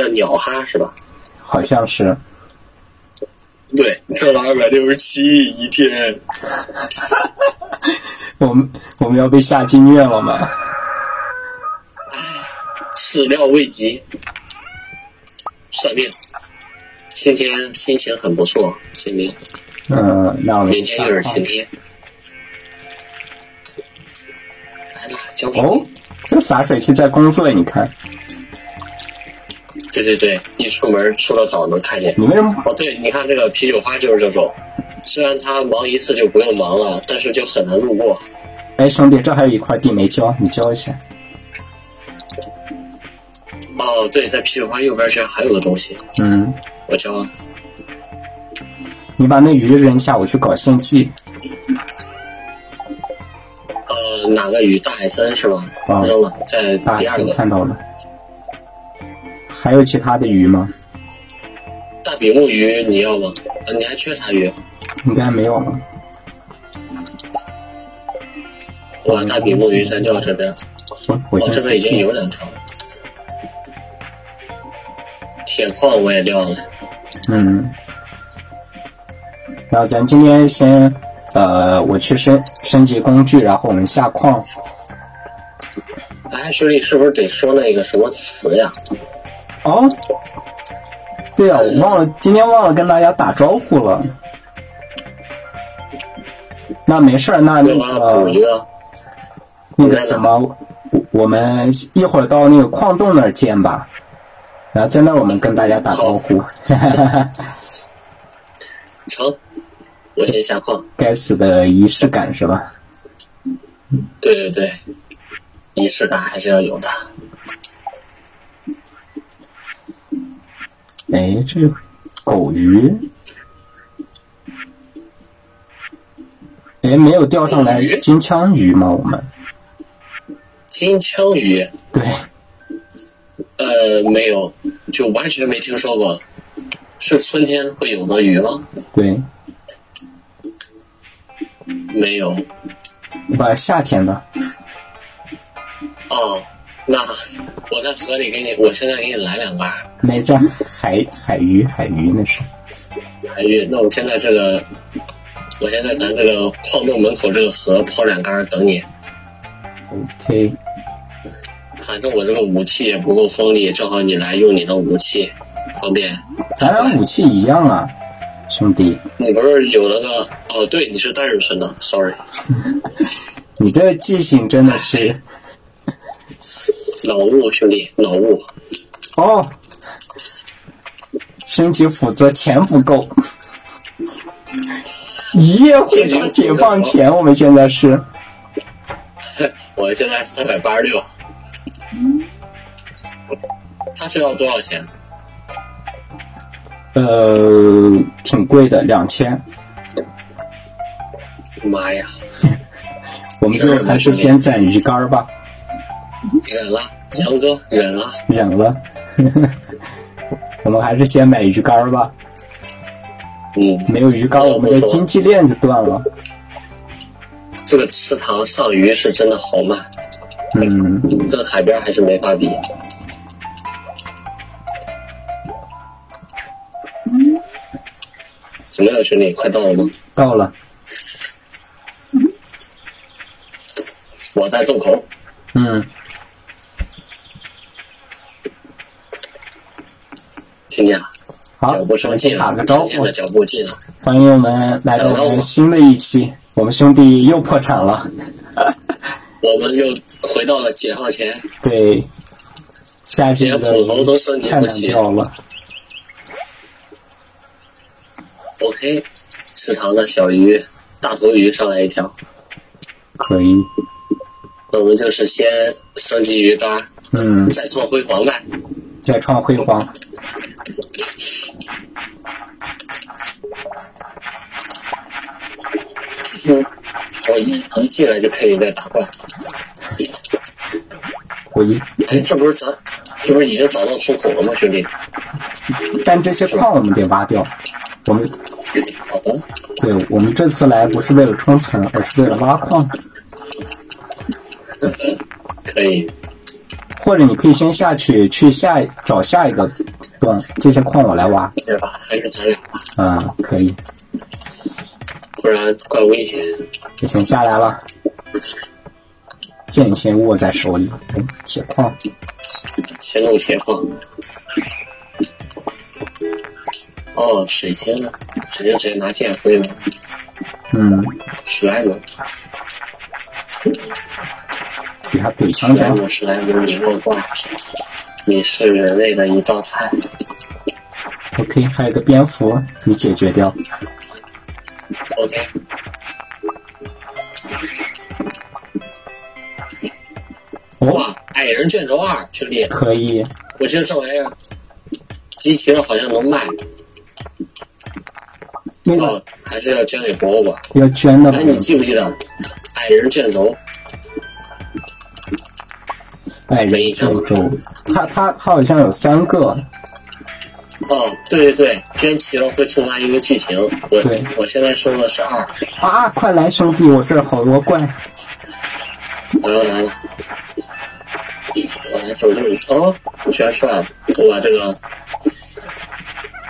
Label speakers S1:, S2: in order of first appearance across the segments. S1: 叫鸟哈是吧？
S2: 好像是。
S1: 对，挣了二百六十七亿一天。
S2: 我们我们要被下禁 院了吗？
S1: 始料未及，算命。今天心情很不错，今天
S2: 嗯、那我们
S1: 明天又是晴天。来了，江水。
S2: 哦，这洒水器在工作，你看，
S1: 对对对，一出门出了早能看见。
S2: 你为什么？
S1: 哦，对，你看这个啤酒花就是这种，虽然他忙一次就不用忙了，但是就很难路过。
S2: 哎，兄弟，这还有一块地没浇，你浇一下。
S1: 哦，对，在啤酒花右边居然还有个东西，
S2: 嗯，
S1: 我教了。
S2: 你把那鱼扔下，我去搞献祭。
S1: 呃，哪个鱼？大海参是吧？
S2: 啊
S1: 扔了，在
S2: 大
S1: 第二
S2: 我
S1: 个
S2: 看到了。还有其他的鱼吗？
S1: 大比目鱼，你要吗？呃你还缺啥鱼？
S2: 应该没有了。
S1: 哇，大比目鱼在钓这边，
S2: 嗯行，我
S1: 我、
S2: 先
S1: 这边已经有两条了。铁矿我也钓了，
S2: 嗯，然后咱今天先，呃，我去升升级工具，然后我们下矿。
S1: 哎，兄弟，是不是得说那个什么词呀？
S2: 嗯哦，对啊，我忘了，今天忘了跟大家打招呼了。那没事儿，那那
S1: 要不然补一
S2: 个
S1: 个。
S2: 那个什么，我我们一会儿到那个矿洞那儿见吧。然后在那儿我们跟大家打招呼。
S1: 成，我先下矿。
S2: 该死的仪式感是吧？
S1: 对对对，仪式感还是要有的。
S2: 哎，这狗鱼，哎，没有钓上来
S1: 狗鱼
S2: 金枪鱼吗？我们
S1: 金枪鱼，
S2: 对，
S1: 呃，没有，就完全没听说过。是春天会有的鱼吗？
S2: 对，
S1: 没有。
S2: 不，夏天的，
S1: 哦，那我在河里给你，我现在给你来两把
S2: 没在海海鱼，海鱼那是，
S1: 海鱼。那我现在这个，我先在咱这个矿洞门口这个河抛两杆儿等你。
S2: OK，
S1: 反正我这个武器也不够锋利，正好你来用你的武器，方便。
S2: 咱俩武器一样啊，兄弟，
S1: 你不是有那个？哦，对，你是单人村的，sorry，
S2: 你这记性真的是，
S1: 脑雾兄弟，脑雾。
S2: 哦，升级斧子钱不够，一夜回到解放前，我们现在是。
S1: 我现在三百八十六。他是要多少钱？
S2: 呃，挺贵的，两千。
S1: 妈呀，
S2: 我们就还是先攒鱼竿儿吧，
S1: 忍了，啊杨哥啊忍了。
S2: 忍了。 我们还是先买鱼竿儿吧，
S1: 嗯，
S2: 没有鱼竿儿，我们的经济链就断了。
S1: 这个池塘上鱼是真的好慢，
S2: 嗯，
S1: 跟海边还是没法比。怎么样，兄弟？快到了吗？
S2: 到了，
S1: 我在洞口。
S2: 嗯，
S1: 听见了，
S2: 好，
S1: 脚
S2: 我
S1: 步声
S2: 们
S1: 近
S2: 先打
S1: 了，
S2: 个招
S1: 今天
S2: 呼
S1: 的，脚步近了。
S2: 欢迎我们来到我们新的一期，我们兄弟又破产 了，
S1: 我们又回到了解放前，
S2: 对，下一期
S1: 连斧头
S2: 的
S1: 都升级
S2: 太
S1: 不
S2: 难
S1: 起。
S2: 钓了，
S1: OK，池塘的小鱼，大头鱼上来一条，
S2: 可以，
S1: 那我们就是先升级鱼竿，
S2: 嗯，
S1: 再创辉煌呗。
S2: 再创辉煌，
S1: 嗯，我一一进来就可以再打怪。
S2: 我一
S1: 哎，这不是咱，这不是已经找到出口了吗，兄弟？
S2: 但这些矿我们得挖掉，我们
S1: 好的，
S2: 对我们这次来不是为了冲层，而是为了挖矿。
S1: 可以。
S2: 或者你可以先下去去下找下一个洞，这些矿我来挖。
S1: 是吧？还是咱俩吧，
S2: 嗯，可以，
S1: 不然怪危险。
S2: 就先下来了。剑先握在手里，嗯铁矿。
S1: 先弄铁矿。哦，水晶呢？水晶直接拿剑挥了，
S2: 嗯，
S1: 史莱姆，
S2: 给他怼枪
S1: 史莱
S2: 枪。
S1: 姆，史莱姆，你莫怪，你是人类的一道菜。
S2: OK，还有一个蝙蝠，你解决掉。
S1: OK。
S2: 哦，
S1: 哇，矮人卷轴二，兄弟，
S2: 可以，
S1: 我记得这玩意儿，机器人好像能卖，
S2: 那个
S1: 哦，还是要捐给博物馆。
S2: 要捐的
S1: 哎，你记不记得矮人卷轴？
S2: 矮哎人救州，他他他好像有三个，
S1: 哦，对对对，捐齐了会触发一个剧情。我
S2: 对
S1: 我现在收的是二，
S2: 啊！快来，兄弟，我这儿好多怪。
S1: 来了来了，我来走路。哦，我居然帅了，我把这个，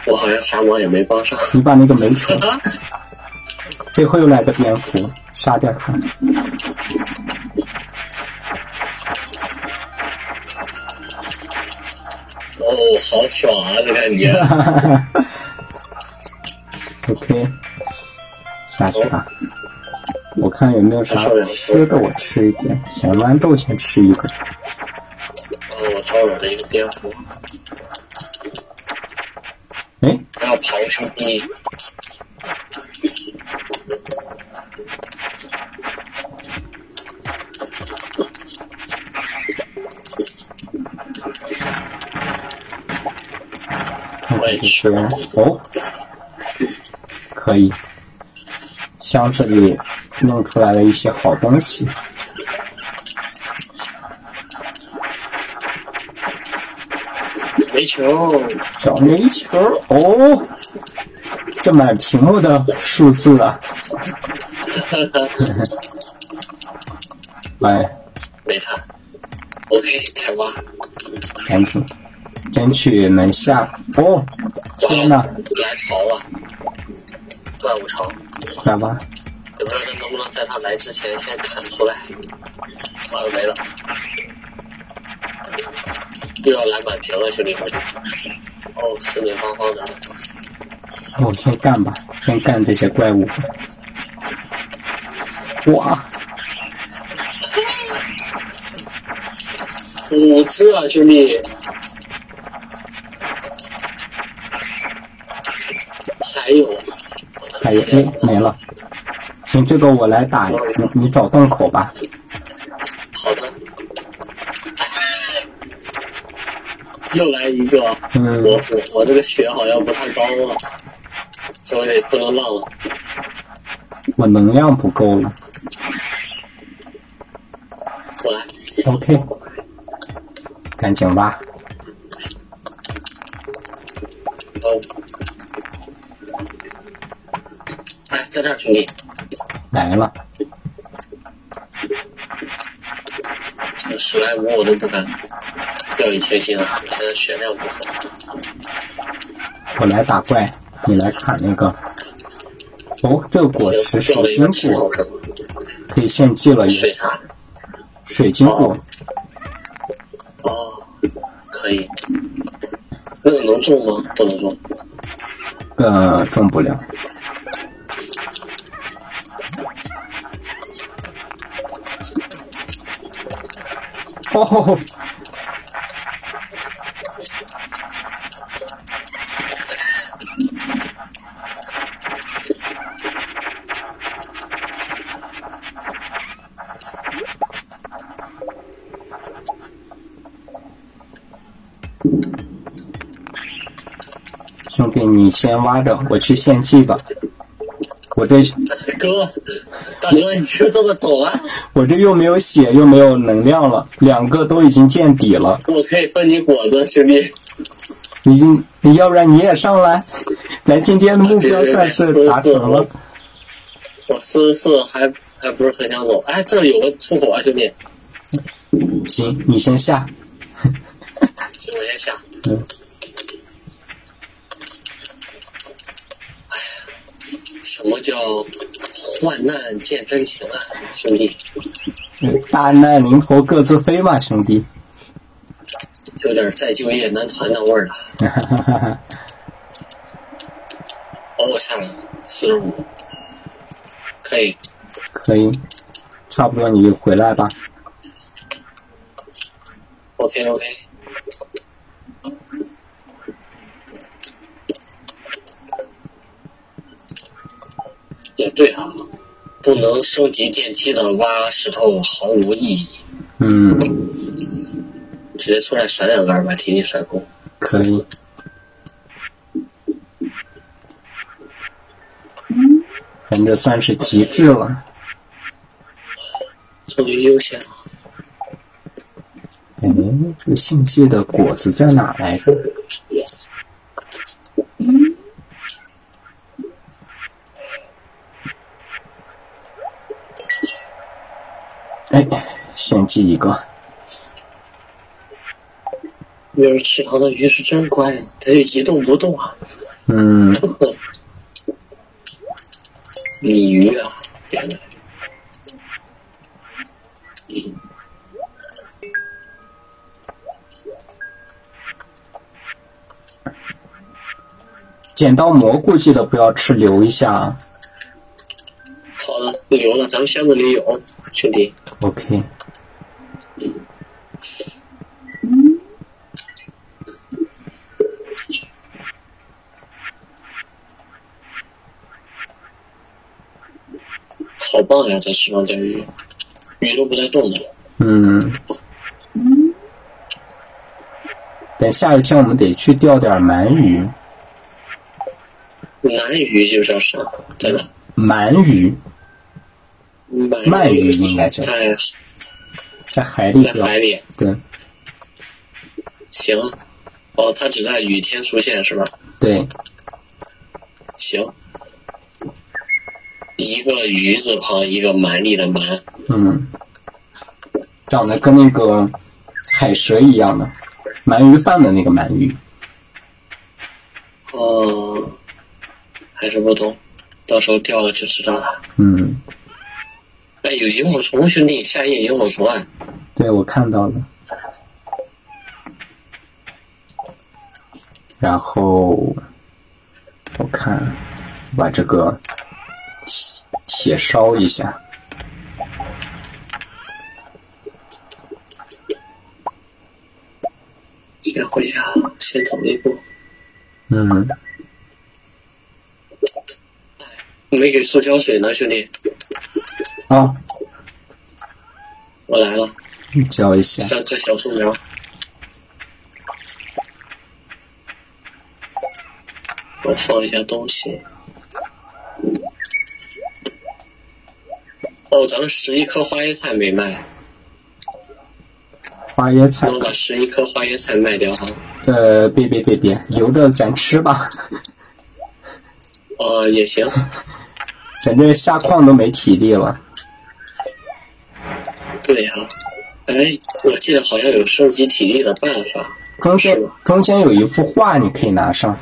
S1: 我好像啥忙也没帮上。 哦
S2: 你把那个没除，背后又来个蝙蝠，杀掉它。
S1: 哦，好爽啊，这感觉。
S2: OK，下去吧。我看有没有啥吃的，我吃一点。小豌豆先吃一个。
S1: 嗯，我招惹了一个蝙蝠，
S2: 哎，
S1: 不要刨出地。
S2: 我也吃哦，可以。箱子里弄出来了一些好东西。
S1: 煤球，
S2: 小煤球哦，这满屏幕的数字啊！来，
S1: 煤炭。OK，开挖。
S2: 赶紧争取能下哦！天
S1: 完
S2: 哪
S1: 了，，来潮了，怪物潮。
S2: 来吧，
S1: 也不知道他能不能在他来之前先砍出来。完了没了，又要来满屏了，兄弟们。哦，四面八方的，
S2: 我、哦、先干吧，先干这些怪物。哇，
S1: 五只啊，兄弟。还有，啊
S2: 还有哎没了。行，这个我来打，你你找洞口吧。
S1: 好的。 又来一个，
S2: 嗯
S1: 我我我这个血好像不太高了，所以不能浪了。
S2: 我能量不够了。
S1: 我来，
S2: OK，赶紧挖。
S1: 哦，哎，在这儿，兄弟，
S2: 来了，
S1: 这史莱姆我都不敢掉以轻心了，现在血量不够。
S2: 我来打怪，你来砍那个。哦，这个果实水
S1: 掉了一
S2: 晶
S1: 个石头
S2: 果
S1: 是吧？
S2: 可以献祭了也。
S1: 水啥？
S2: 水晶果
S1: 哦，可以。那个能中吗？不能中。
S2: 呃种不了。哦吼吼！兄弟，你先挖着，我去献祭吧。我这
S1: 哥，大哥，你就这么走啊了？
S2: 我这又没有血，又没有能量了，两个都已经见底了。
S1: 我可以分你果子，兄弟。
S2: 已经，要不然你也上来。咱今天的目标算是达成了。
S1: 我四十四还还不是很想走。哎，这里有个出口啊，兄弟。
S2: 行，你先下，
S1: 其实我在想，
S2: 嗯，
S1: 哎什么叫患难见真情啊，兄弟？
S2: 嗯大难临头各自飞嘛，兄弟。
S1: 有点再就业男团那味儿了。把我下了四十五，可以。
S2: 可以，差不多你就回来吧。
S1: OK OK，也对啊，不能升级电梯的挖石头毫无意义，
S2: 嗯，
S1: 直接出来闪两杆把体力甩空。
S2: 可以。咱这算是极致了。
S1: 终于悠闲了，
S2: 哎，这个信息的果子在哪来着？哎，献祭一个。
S1: 那儿池塘的鱼是真乖啊，它就一动不动啊。
S2: 嗯，
S1: 哼鲤鱼啊，天哪！
S2: 剪刀蘑菇记得不要吃，留一下啊。
S1: 好了，不留了，咱们箱子里有，兄弟。
S2: OK，
S1: 好棒呀，在池塘钓鱼，鱼都不带动的。
S2: 嗯，等下一天我们得去钓点鳗鱼，
S1: 鳗鱼就叫啥？在哪？
S2: 鳗鱼
S1: 鳗
S2: 鳗鱼应该叫
S1: 在
S2: 在海里
S1: 在
S2: 钓，
S1: 海里。
S2: 对
S1: 行，哦，它只在雨天出现是吧？
S2: 对，
S1: 行，一个鱼字旁，一个蛮力的蛮。
S2: 嗯，长得跟那个海蛇一样的鳗鱼饭的那个鳗鱼，
S1: 哦，还是不懂，到时候钓了就知道了。
S2: 嗯，
S1: 哎，有萤火虫，兄弟，夏夜萤火虫啊！
S2: 对我看到了。然后我看把这个铁铁烧一下。
S1: 先回家，先走一步，
S2: 嗯，
S1: 没给塑胶水呢，兄弟，
S2: 啊，
S1: 我来了，
S2: 教一下，
S1: 三棵小树苗。我放一下东西。哦，咱们十一颗花椰菜没卖，
S2: 花椰菜
S1: 那，我把十一颗花椰菜卖掉哈。
S2: 呃，别别别别，留着咱吃吧，
S1: 哦，也行，
S2: 咱这下矿都没体力了。
S1: 对呀、哎，我记得好像有升级体力的办法，
S2: 中间
S1: 是吧
S2: 中间有一幅画，你可以拿上，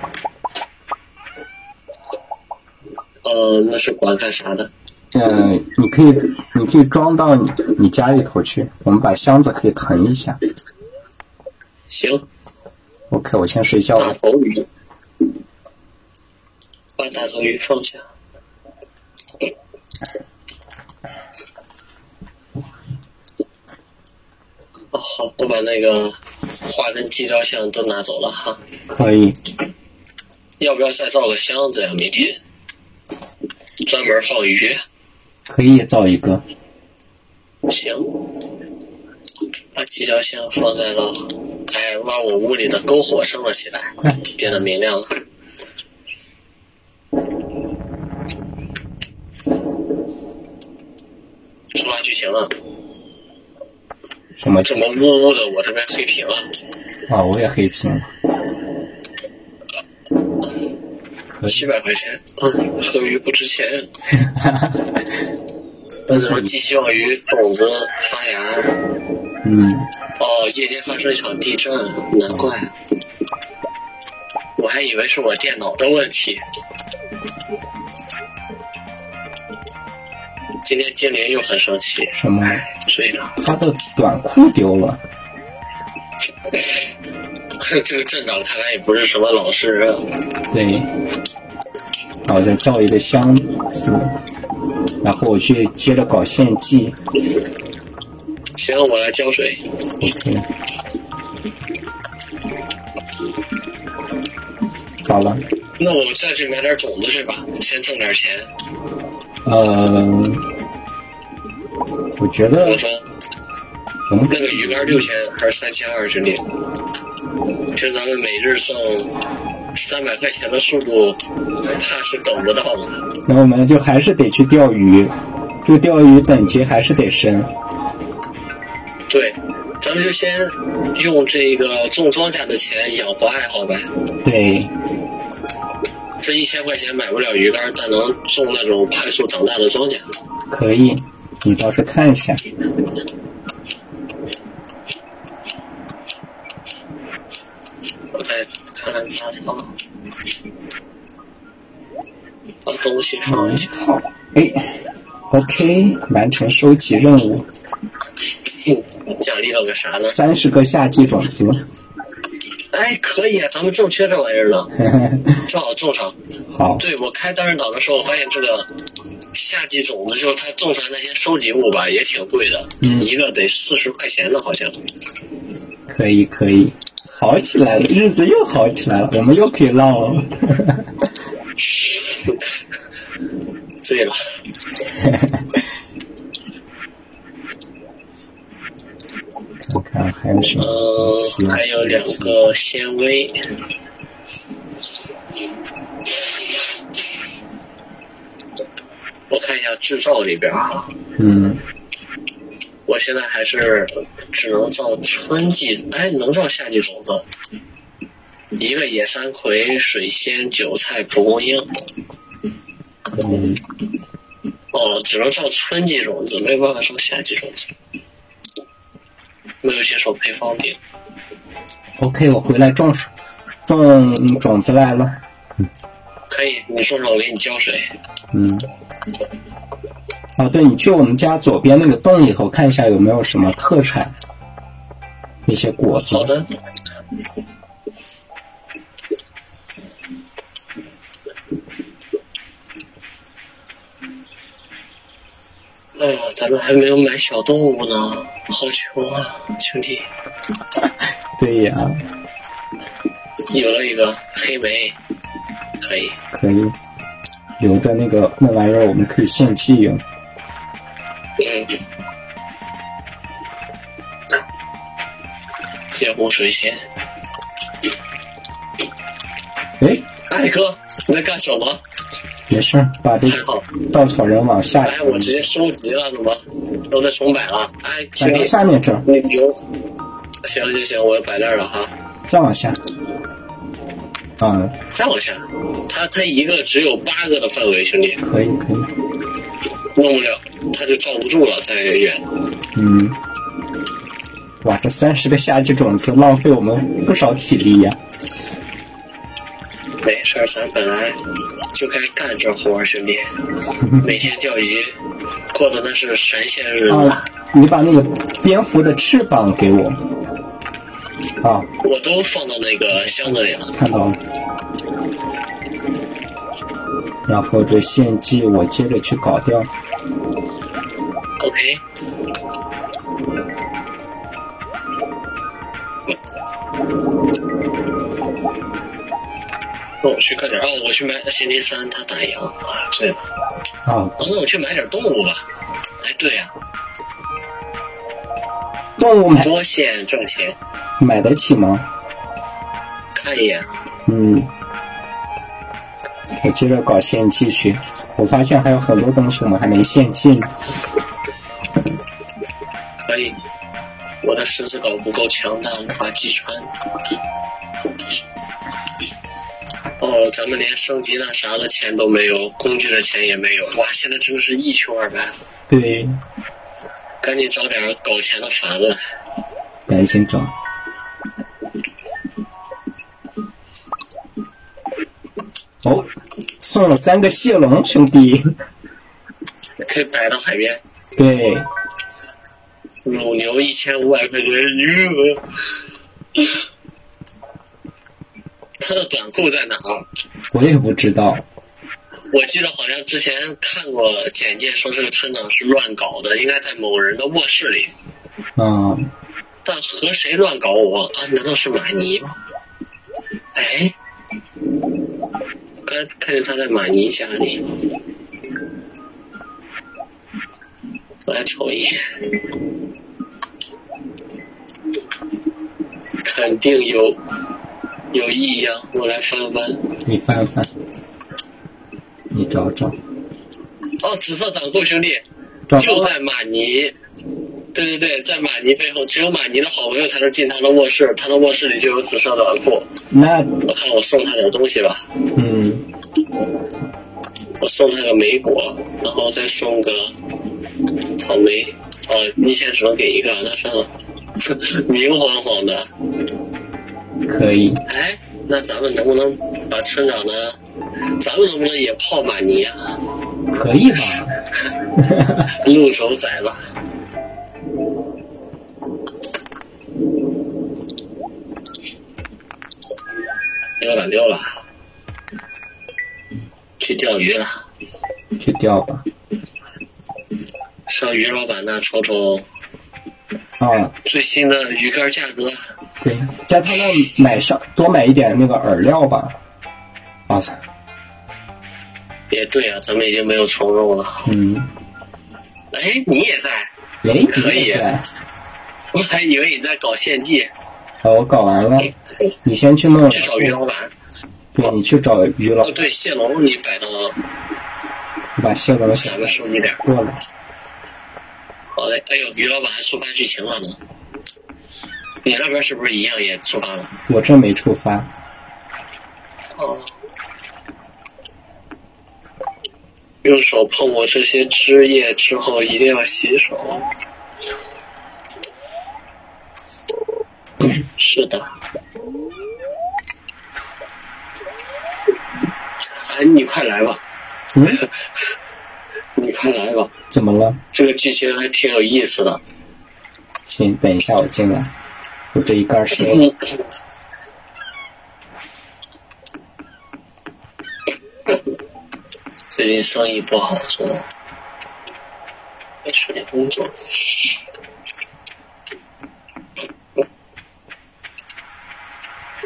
S1: 呃，那是管干啥的？
S2: 呃，你可以你可以装到你你家里头去，我们把箱子可以腾一下。
S1: 行，
S2: OK，我先睡觉
S1: 大
S2: 了。
S1: 头鱼，把大头鱼放下。哦，好，我把那个画跟鸡雕像都拿走了哈。
S2: 可以，
S1: 要不要再造个箱子呀？明天专门放鱼。
S2: 可以造一个。
S1: 行，把鸡雕像放在了，哎，把我屋里的篝火升了起来，
S2: 快，
S1: 变得明亮了。触发剧情了，
S2: 什么？
S1: 怎么呜呜的，我这边黑屏了。
S2: 啊，我也黑屏了。可以，
S1: 七百块钱，嗯，和鱼不值钱。但是说寄希望鱼种子发芽，
S2: 嗯，
S1: 哦，夜间发生一场地震，难怪。我还以为是我电脑的问题。今天精灵又很生气，
S2: 什么？
S1: 所以呢，
S2: 他的短裤丢了，
S1: 这个镇长看来也不是什么老实人。
S2: 对。然后再造一个箱子，然后我去接着搞献祭。
S1: 行，我来浇水。
S2: OK。好了，
S1: 那我们下去买点种子去吧，先挣点钱。
S2: 呃，我觉得嗯
S1: 我说
S2: 我们
S1: 那个鱼竿六千还是三千二之类，就咱们每日送三百块钱的速度，怕是等不到了。
S2: 那我们就还是得去钓鱼，这个钓鱼等级还是得升。
S1: 对，咱们就先用这个种庄稼的钱养活爱好呗。
S2: 对，
S1: 这一千块钱买不了鱼竿，但能种那种快速长大的庄稼。
S2: 可以，你倒是看一下。
S1: 我再看看杂草，把东西放一下。
S2: 好，哎，OK，完成收集任务，
S1: 奖励了个啥呢？
S2: 三十个夏季种子。
S1: 哎，可以啊，咱们正缺这玩意儿呢，正好种上。
S2: 好，
S1: 对我开单人岛的时候，我发现这个夏季种子就是它种出来那些收集物吧，也挺贵的，
S2: 嗯
S1: 一个得四十块钱呢，好像。
S2: 可以可以，好起来了，日子又好起来了，我们又可以浪了。
S1: 对了，
S2: 我看还有什么
S1: 呃，
S2: 需要收集？
S1: 还有两个纤维，我看一下制造里边啊，
S2: 嗯，
S1: 我现在还是只能造春季，哎，能造夏季种子。一个野山葵、水仙、韭菜、蒲公英，
S2: 嗯，
S1: 哦，只能造春季种子，没有办法造夏季种子。没有接受配方饼，
S2: OK，我回来种树种种子来了。
S1: 可以，你种上我给你浇水。
S2: 嗯。哦，对，你去我们家左边那个洞里头看一下有没有什么特产，那些果子
S1: 好。的。哎呀，咱们还没有买小动物呢，好穷啊，兄弟！
S2: 对呀、
S1: 有了一个黑莓，可以。
S2: 可以留着那个那玩意儿，我们可以献祭用。
S1: 嗯。接湖水仙，
S2: 哎，
S1: 哎哥，你在干什么？
S2: 没事儿，把这
S1: 还好，
S2: 稻草人往下
S1: 哎，我直接收集了，怎么都在重摆了？哎，兄
S2: 摆到
S1: 弟，
S2: 下面这儿，
S1: 你留，行行行，我摆那儿了哈。
S2: 再往下。嗯，
S1: 再往下，他他一个只有八个的范围，兄弟
S2: 可以可以，
S1: 弄不了，他就罩不住了，在远。
S2: 嗯，哇，这三十个夏季种子浪费我们不少体力呀、
S1: 没事儿，咱本来就该干这活儿，兄弟，每天钓鱼，过的那是神仙日子。
S2: 啊，你把那个蝙蝠的翅膀给我。啊，
S1: 我都放到那个箱子里了。
S2: 看到了。然后这献祭我接着去搞掉。
S1: OK。那我去干点啊，我去买星期三他打烊啊，对了，
S2: 啊，
S1: 啊那我去买点动物吧。哎，对呀、
S2: 动物买
S1: 多线挣钱，
S2: 买得起吗？
S1: 看一眼，啊
S2: 嗯，我接着搞献祭去。我发现还有很多东西我们还没献祭呢。
S1: 可以。我的十字镐不够强大，无法击穿。哦，咱们连升级那啥的钱都没有，工具的钱也没有，哇，现在真的是一穷二白。
S2: 对，
S1: 赶紧找点搞钱的法子。
S2: 赶紧找。哦，送了三个蟹笼，兄弟。
S1: 可以摆到海边，
S2: 对，
S1: 乳牛一千五百块钱一个。他的短裤在哪儿？
S2: 我也不知道。
S1: 我记得好像之前看过简介，说这个村长是乱搞的，应该在某人的卧室里。
S2: 嗯，
S1: 但和谁乱搞我忘了啊？难道是马尼吗？哎，刚才看见他在马尼家里，我来瞅一眼，肯定有有异样，我来翻翻。
S2: 你翻翻，你找找，
S1: 哦，紫色短裤兄弟
S2: 找
S1: 就在马尼，对对对，在马尼背后，只有马尼的好朋友才能进他的卧室，他的卧室里就有紫色短裤。
S2: 那
S1: 我看我送他点东西吧，
S2: 嗯，
S1: 我送他个梅果，然后再送个草莓。哦，一天只能给一个，那算了， 明晃晃的。
S2: 可以，
S1: 哎，那咱们能不能把村长的，咱们能不能也泡马尼啊？
S2: 可以吧？
S1: 路走窄了。溜了溜了，去钓鱼了。
S2: 去钓吧。
S1: 上于老板那瞅瞅
S2: 啊，
S1: 最新的鱼竿价格。
S2: 对，在他那买上多买一点那个饵料吧。啊哇塞，
S1: 也对啊，咱们已经没有虫肉了。
S2: 嗯，
S1: 哎，你也在？
S2: 哎，
S1: 可以
S2: 你也在
S1: 我还以为你在搞献祭，
S2: 好，我搞完了，你先去弄。
S1: 去找于老板。
S2: 对，你去找于老
S1: 哦，，对，蟹笼你摆到
S2: 把蟹笼
S1: 咱
S2: 想
S1: 们收集点。
S2: 过来。
S1: 好嘞，哎呦，于老板还触发剧情了呢。你那边是不是一样也触发了？
S2: 我这没触发，
S1: 哦。用手碰过这些汁液之后，一定要洗手。是的。哎，你快来吧，
S2: 嗯，
S1: 你快来吧，
S2: 怎么了？
S1: 这个剧情还挺有意思的。
S2: 行，等一下我进来，我这一盖是
S1: 嗯，最近生意不好做，没时间工作。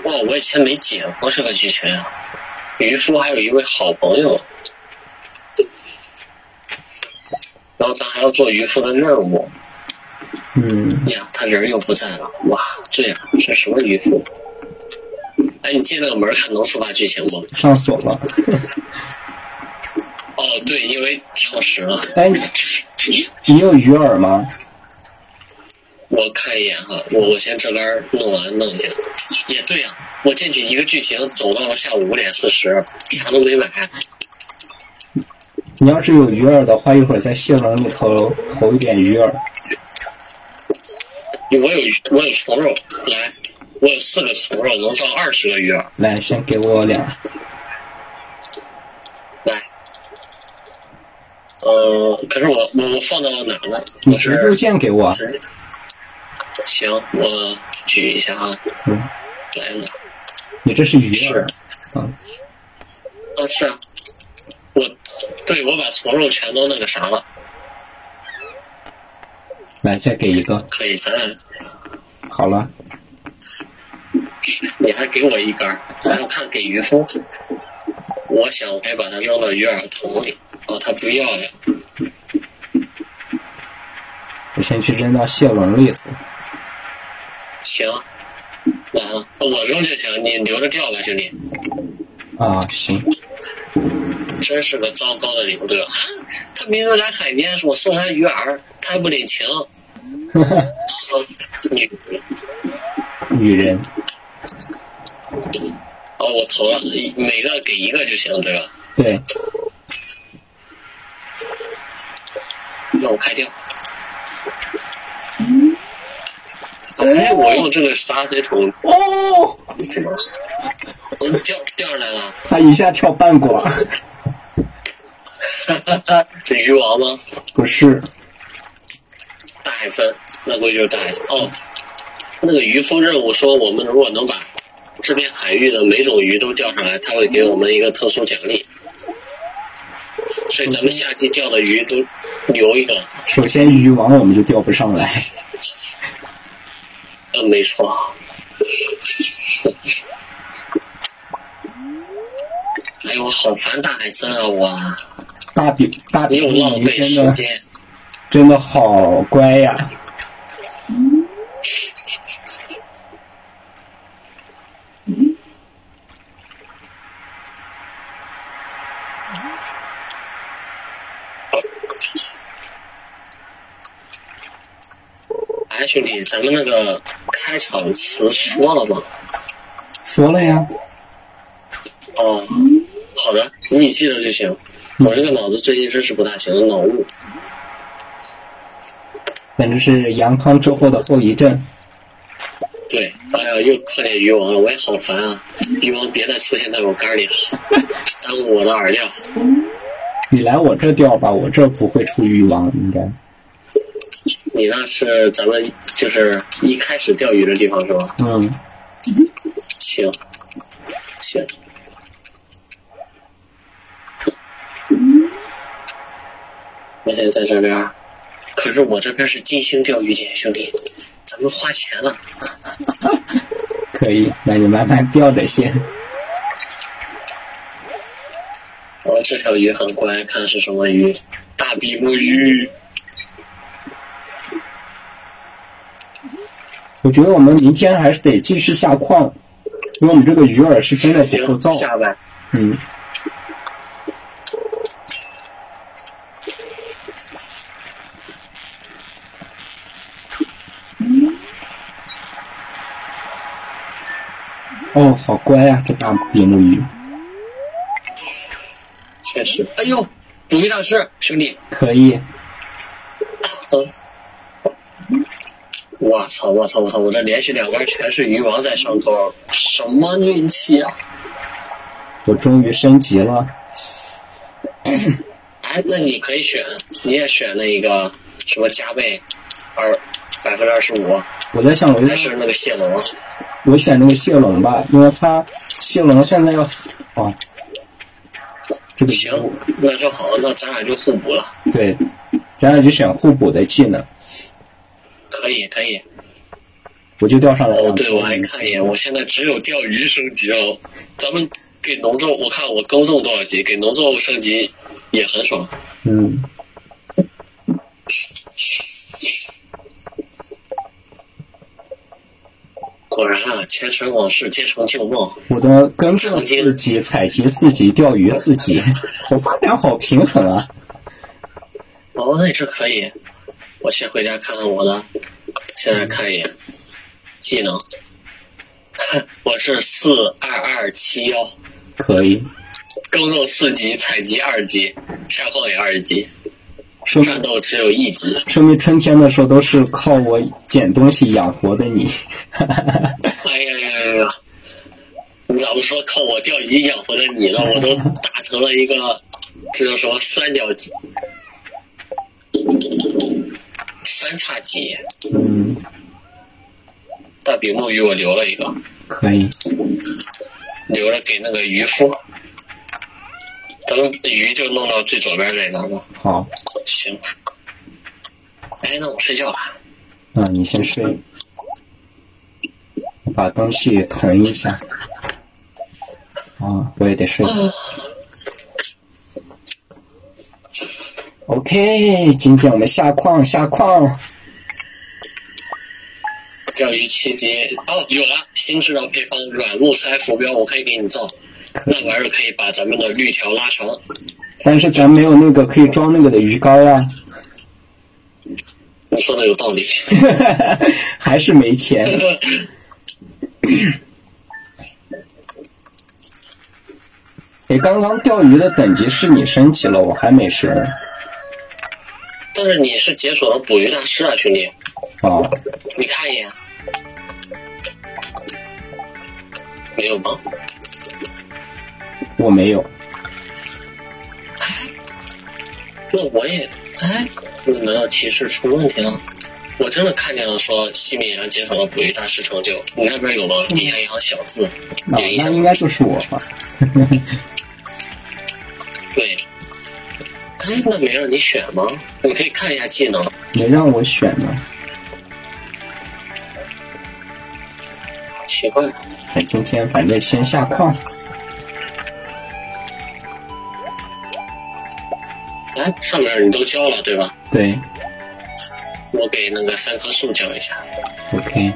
S1: 哇，哎我以前没解过这个剧情啊！渔夫还有一位好朋友，然后咱还要做渔夫的任务。
S2: 嗯，
S1: 呀，他人又不在了，哇，这样这什么渔夫？哎，你进那个门看能触发剧情不？
S2: 上锁了。
S1: 哦，对，因为挑食了。
S2: 哎，你有鱼饵吗？
S1: 我看一眼哈，我我先这杆儿弄完弄一下。也对呀、我进去一个剧情走到了下午五点四十，啥都没买。
S2: 你要是有鱼饵的话，一会儿在蟹笼里头投一点鱼饵。
S1: 我有我有虫肉，来，我有四个虫肉能造二十个鱼饵，啊
S2: 来，先给我俩。
S1: 来。呃，可是我我我放到哪儿了？
S2: 你
S1: 我
S2: 直接
S1: 是
S2: 路线给我。啊
S1: 行，我举一下啊，
S2: 嗯，
S1: 来了。
S2: 你这是鱼饵
S1: 是。
S2: 嗯，
S1: 啊，是啊，我对我把虫肉全都那个啥了，
S2: 来，再给一个。
S1: 可以，咱俩
S2: 好了，
S1: 你还给我一根儿，然后看给渔夫，我想我可以把它扔到鱼饵桶里，哦，他不要呀，
S2: 我先去扔到蟹笼里头。
S1: 行，完了，哦我扔就行，你留着钓吧，兄弟，
S2: 啊，行，
S1: 真是个糟糕的领队啊！他明明来海边，我送他鱼饵，他还不领情，说你
S2: 女人。
S1: 哦，我投了，每个给一个就行，对吧？
S2: 对，
S1: 那我开掉。啊，哎，我用这个杀黑虫，
S2: 哦，
S1: 你怎么？我掉掉上来了，
S2: 他一下跳半管，
S1: 哈哈哈，这鱼王吗？
S2: 不是，
S1: 大海参，那估计就是大海参。哦，那个渔夫任务说，我们如果能把这片海域的每种鱼都钓上来，他会给我们一个特殊奖励。所以咱们夏季钓的鱼都留一个，
S2: 首先鱼王我们就钓不上来，
S1: 嗯，没错。 哎呦，我好烦大海参啊！我
S2: 大比大比
S1: 又浪
S2: 目鱼
S1: 费
S2: 嗯真
S1: 时
S2: 的
S1: 间。
S2: 真的好乖呀、
S1: 哎，兄弟，咱们那个开场词说了吗？
S2: 说了呀，
S1: 哦，好的，你记着就行。
S2: 嗯
S1: 我这个脑子最近真是不大行，脑雾。
S2: 反正是阳康之后的后遗症。
S1: 对，哎呀，又碰见鱼王了，我也好烦啊！鱼王别再出现在我肝里了，耽误我的饵料。
S2: 你来我这钓吧，我这不会出渔网，应该。
S1: 你那是咱们就是一开始钓鱼的地方是吧？
S2: 嗯，
S1: 行，行。我现在在这边儿，可是我这边是金星钓鱼点，兄弟，咱们花钱了。
S2: 可以，那你慢慢钓着先。
S1: 哦，这条鱼很乖，看是什么鱼？大比目鱼。
S2: 我觉得我们明天还是得继续下矿，因为我们这个鱼饵是真的不够
S1: 行，
S2: 造。
S1: 下吧。
S2: 嗯，哦，好乖呀、这大比目鱼，
S1: 确实。哎呦，捕鱼大师，兄弟，
S2: 可以，
S1: 我操，我操，我操！我这连续两杆全是鱼王在上钩，什么运气啊！
S2: 我终于升级了。
S1: 哎，那你可以选，你也选那个什么加倍二百分之二十五，
S2: 我在想，我
S1: 还
S2: 就是
S1: 那个蟹龙？
S2: 我选那个蟹龙吧，因为它蟹龙现在要死哦。这个
S1: 行，那就好，那咱俩就互补了。
S2: 对，咱俩就选互补的技能，
S1: 可以，可以。
S2: 我就钓上来了。
S1: 哦，对，我还看一眼，我现在只有钓鱼升级了。咱们给农作，我看我耕种多少级，给农作物升级也很爽。
S2: 嗯，
S1: 果然啊，前尘往事皆成旧梦。
S2: 我的耕种四级，采集四级，钓鱼四级，我发展好平衡啊！
S1: 哦，那这可以。我先回家看看我的，现在看一眼技能， 我是四二二七幺，
S2: 可以，
S1: 耕种四级，采集二级，下矿也二级，
S2: 说
S1: 战
S2: 明
S1: 斗只有一级。
S2: 说明春天的时候都是靠我捡东西养活的你。
S1: 哎呀呀呀呀！你咋不说靠我钓鱼养活的你了？我都打成了一个，这叫什么三角脊、三叉戟。
S2: 嗯，
S1: 大比目鱼我留了一个，
S2: 可以，
S1: 留着给那个渔夫。咱们鱼就弄到最左边这个吧。
S2: 好，
S1: 行。哎，那我睡觉吧。
S2: 那你先睡，我把东西腾一下。啊，我也得睡。OK，今天我们下矿下矿，
S1: 钓鱼七级哦，有了新制造配方软木塞浮标，我可以给你造。
S2: 可
S1: 那
S2: 以。
S1: 玩意儿可以把咱们的绿条拉长。
S2: 但是咱没有那个可以装那个的鱼竿啊，
S1: 你说的有道理。
S2: 还是没钱。哎，刚刚钓鱼的等级是你升级了，我还没升。
S1: 但是你是解锁了捕鱼大师啊，兄弟，
S2: 啊，
S1: 你看一眼，朋友吗？
S2: 我没有，啊
S1: 那我也，哎，那难道提示出问题了？我真的看见了说，西米阳解锁了捕鱼大师成就，你那边有吗？底下一行小字，
S2: 那
S1: 有印
S2: 啊那
S1: 象
S2: 应
S1: 吗？
S2: 该就是我吧？
S1: 对。哎，那没让你选吗？你可以看一下技能。
S2: 没让我选呢，
S1: 奇怪，
S2: 咱今天反正先下矿，
S1: 哎，上面你都交了对吧？
S2: 对
S1: 我给那个三棵树交一下。
S2: ，OK，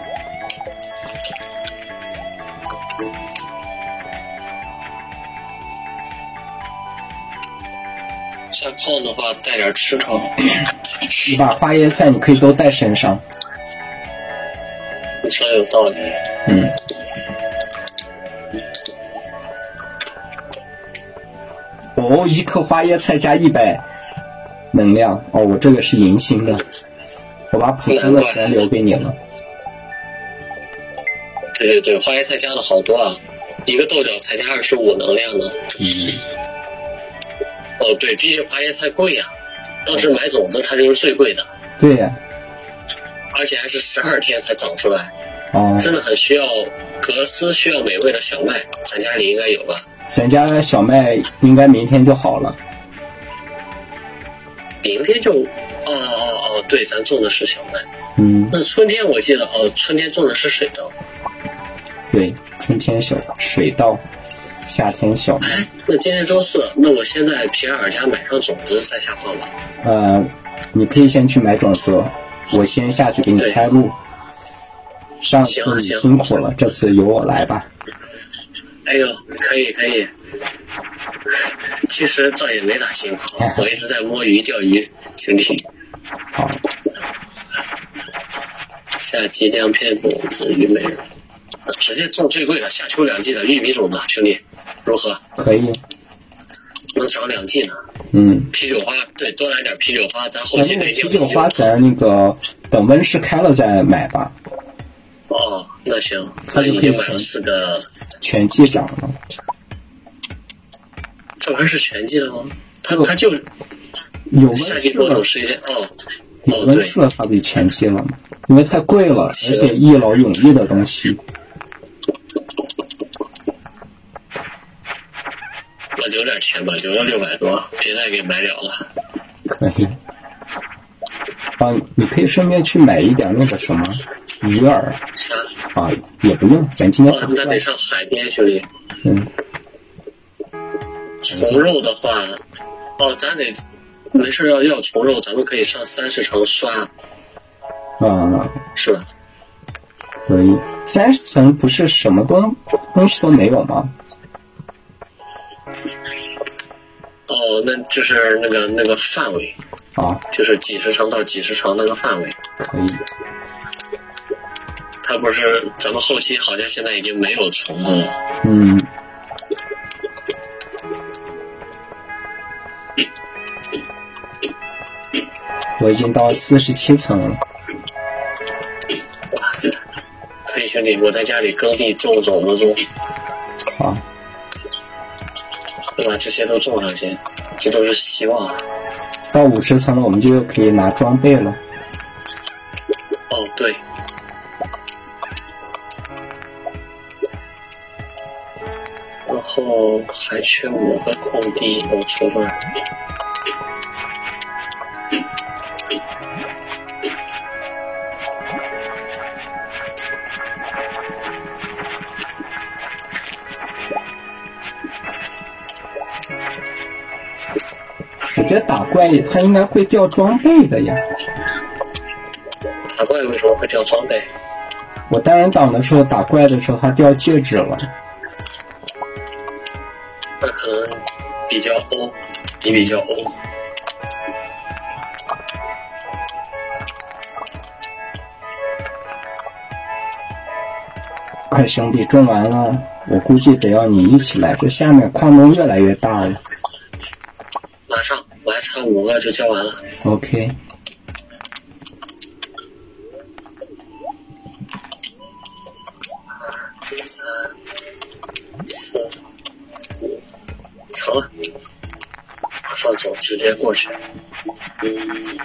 S1: 下矿的话带点吃头。
S2: 你把花椰菜你可以都带身上，
S1: 你说的有道理。
S2: 嗯，哦，一颗花椰菜加一百能量，哦，我这个是银星的，我把普通的全留给你了，
S1: 对对对，花椰菜加了好多啊，一个豆角才加二十五能量呢。
S2: 嗯，
S1: 哦，对，毕竟花椰菜贵呀、当时买种子它就是最贵的，
S2: 对呀、
S1: 而且还是十二天才长出来，
S2: 哦，
S1: 真的很需要格斯需要美味的小麦，咱家里应该有吧？
S2: 咱家小麦应该明天就好了，
S1: 明天就，哦哦哦，对，咱种的是小麦。
S2: 嗯，
S1: 那春天我记得，哦，春天种的是水稻。
S2: 对，春天小水稻，夏天小麦，
S1: 哎，那今天周四，那我先在皮埃尔家买上种子再下矿吧。
S2: 呃，你可以先去买种子，我先下去给你开路。上次你
S1: 行行
S2: 辛苦了，这次由我来吧。
S1: 哎呦，可以可以。其实倒也没咋辛苦， 我一直在摸鱼钓鱼，兄弟。
S2: 好，
S1: 夏季亮片种子虞美人，直接种最贵的夏秋两季的玉米种子，兄弟，如何？
S2: 可以，
S1: 能长两季呢？
S2: 嗯。
S1: 啤酒花，对，多来点啤酒花，咱后
S2: 咱
S1: 期
S2: 那
S1: 可以
S2: 个哎啤
S1: 定
S2: 酒
S1: 期
S2: 花，咱那个等温室开了再买吧，
S1: 哦，那行，
S2: 它
S1: 那
S2: 就可以
S1: 已经买了四个，
S2: 全季长了。
S1: 这玩意儿是全季的吗？它它就
S2: 有温
S1: 夏季
S2: 室
S1: 播种
S2: 了，
S1: 时间哦，
S2: 有
S1: 哦
S2: 温
S1: 对
S2: 室了，它不就全季了吗？因为太贵了，而且一劳永逸的东西。
S1: 我留点钱吧，留了六百多，别再给买了了。
S2: 可以。啊，你可以顺便去买一点那个什么鱼饵
S1: 啥？
S2: 啊，也不用，咱今天
S1: 哦
S2: 不，
S1: 那得上海边，兄弟。
S2: 嗯，
S1: 虫肉的话，哦，咱得没事要要虫肉，咱们可以上三十层刷，
S2: 啊，
S1: 是吧？
S2: 可以。三十层不是什么东东西都没有吗？
S1: 哦，那就是那个那个范围，
S2: 啊，
S1: 就是几十层到几十层那个范围。
S2: 可以。
S1: 它不是咱们后期好像现在已经没有虫子了。
S2: 嗯，我已经到四十七层了。
S1: 哇，可以兄弟，我在家里耕地种种子种，
S2: 好，
S1: 对吧？这些都种上去，这都是希望。啊
S2: 到五十层了，我们就可以拿装备了。
S1: 哦，对，然后还缺五个空地，我出了。
S2: 我觉得打怪它应该会掉装备的呀。
S1: 打怪为什么会掉装备？
S2: 我单人档的时候打怪的时候，它掉戒指了。
S1: 那可能比较欧，你比较欧。
S2: 快兄弟，种完了，我估计得要你一起来。这下面矿洞越来越大了。
S1: 马上，我还差五个就交完了。
S2: OK，
S1: 三，四五，成了，马上走，直接过去。嗯，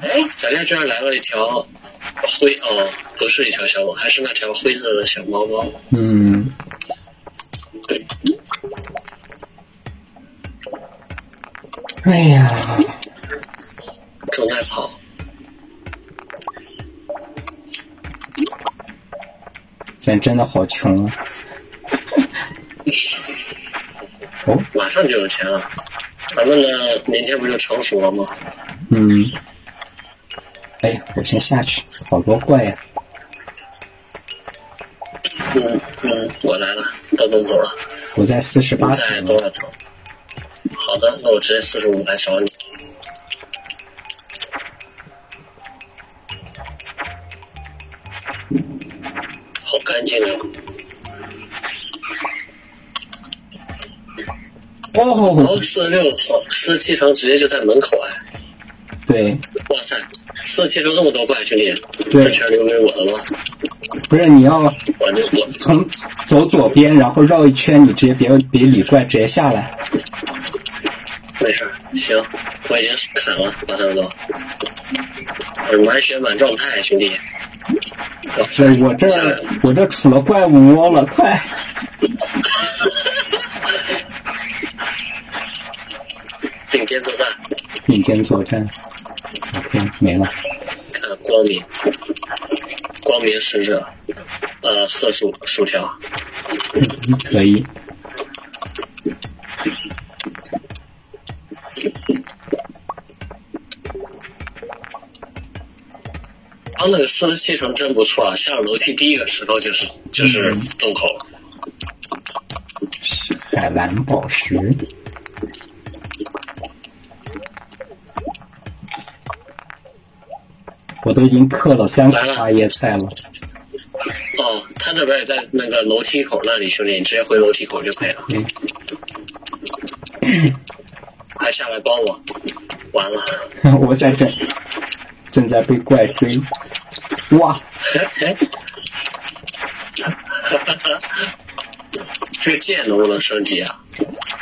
S1: 哎，咱家居然来了一条灰哦，不是一条小狗，还是那条灰色的小猫猫。
S2: 嗯，
S1: 对，
S2: 哎呀，
S1: 正在跑。
S2: 咱真的好穷啊！哦，
S1: 马上就有钱了。咱们的明天不就成熟了吗？
S2: 嗯，哎呀，我先下去，好多怪呀、
S1: 嗯嗯，我来了，到门口了，
S2: 我在四十
S1: 你
S2: 八
S1: 在
S2: 层
S1: 多
S2: 了，
S1: 少层？好的，那我直接四十五来找你。好干净啊！
S2: 哦，
S1: 哦，四十六层，四十七层直接就在门口哎！
S2: 对，
S1: 哇塞，四十七层这么多怪兄弟，
S2: 对
S1: 这全留给我了吗？
S2: 不是你要
S1: 我这我
S2: 从走左边，然后绕一圈，你直接别别理怪，直接下来。
S1: 没事儿，行，我已经砍了，马上走。我满血呃满状态，兄弟。
S2: 这我这
S1: 下来了
S2: 我这除了怪物摸了，快！
S1: 顶尖作战，
S2: 并肩作战。OK，没了。
S1: 看呃光明，光明使者，呃，贺薯薯条，
S2: 可以。
S1: 然后那个四十七层真不错啊，下了楼梯第一个石头就是就是洞口了。
S2: 海蓝宝石，我都已经刻了三
S1: 来
S2: 块
S1: 了
S2: 花椰菜了。
S1: 哦，他这边也在那个楼梯口那里，兄弟，你直接回楼梯口就可以了。
S2: 嗯
S1: 快下来帮我，完了。
S2: 我在这，正在被怪追。哇，
S1: 这个剑能不能升级啊？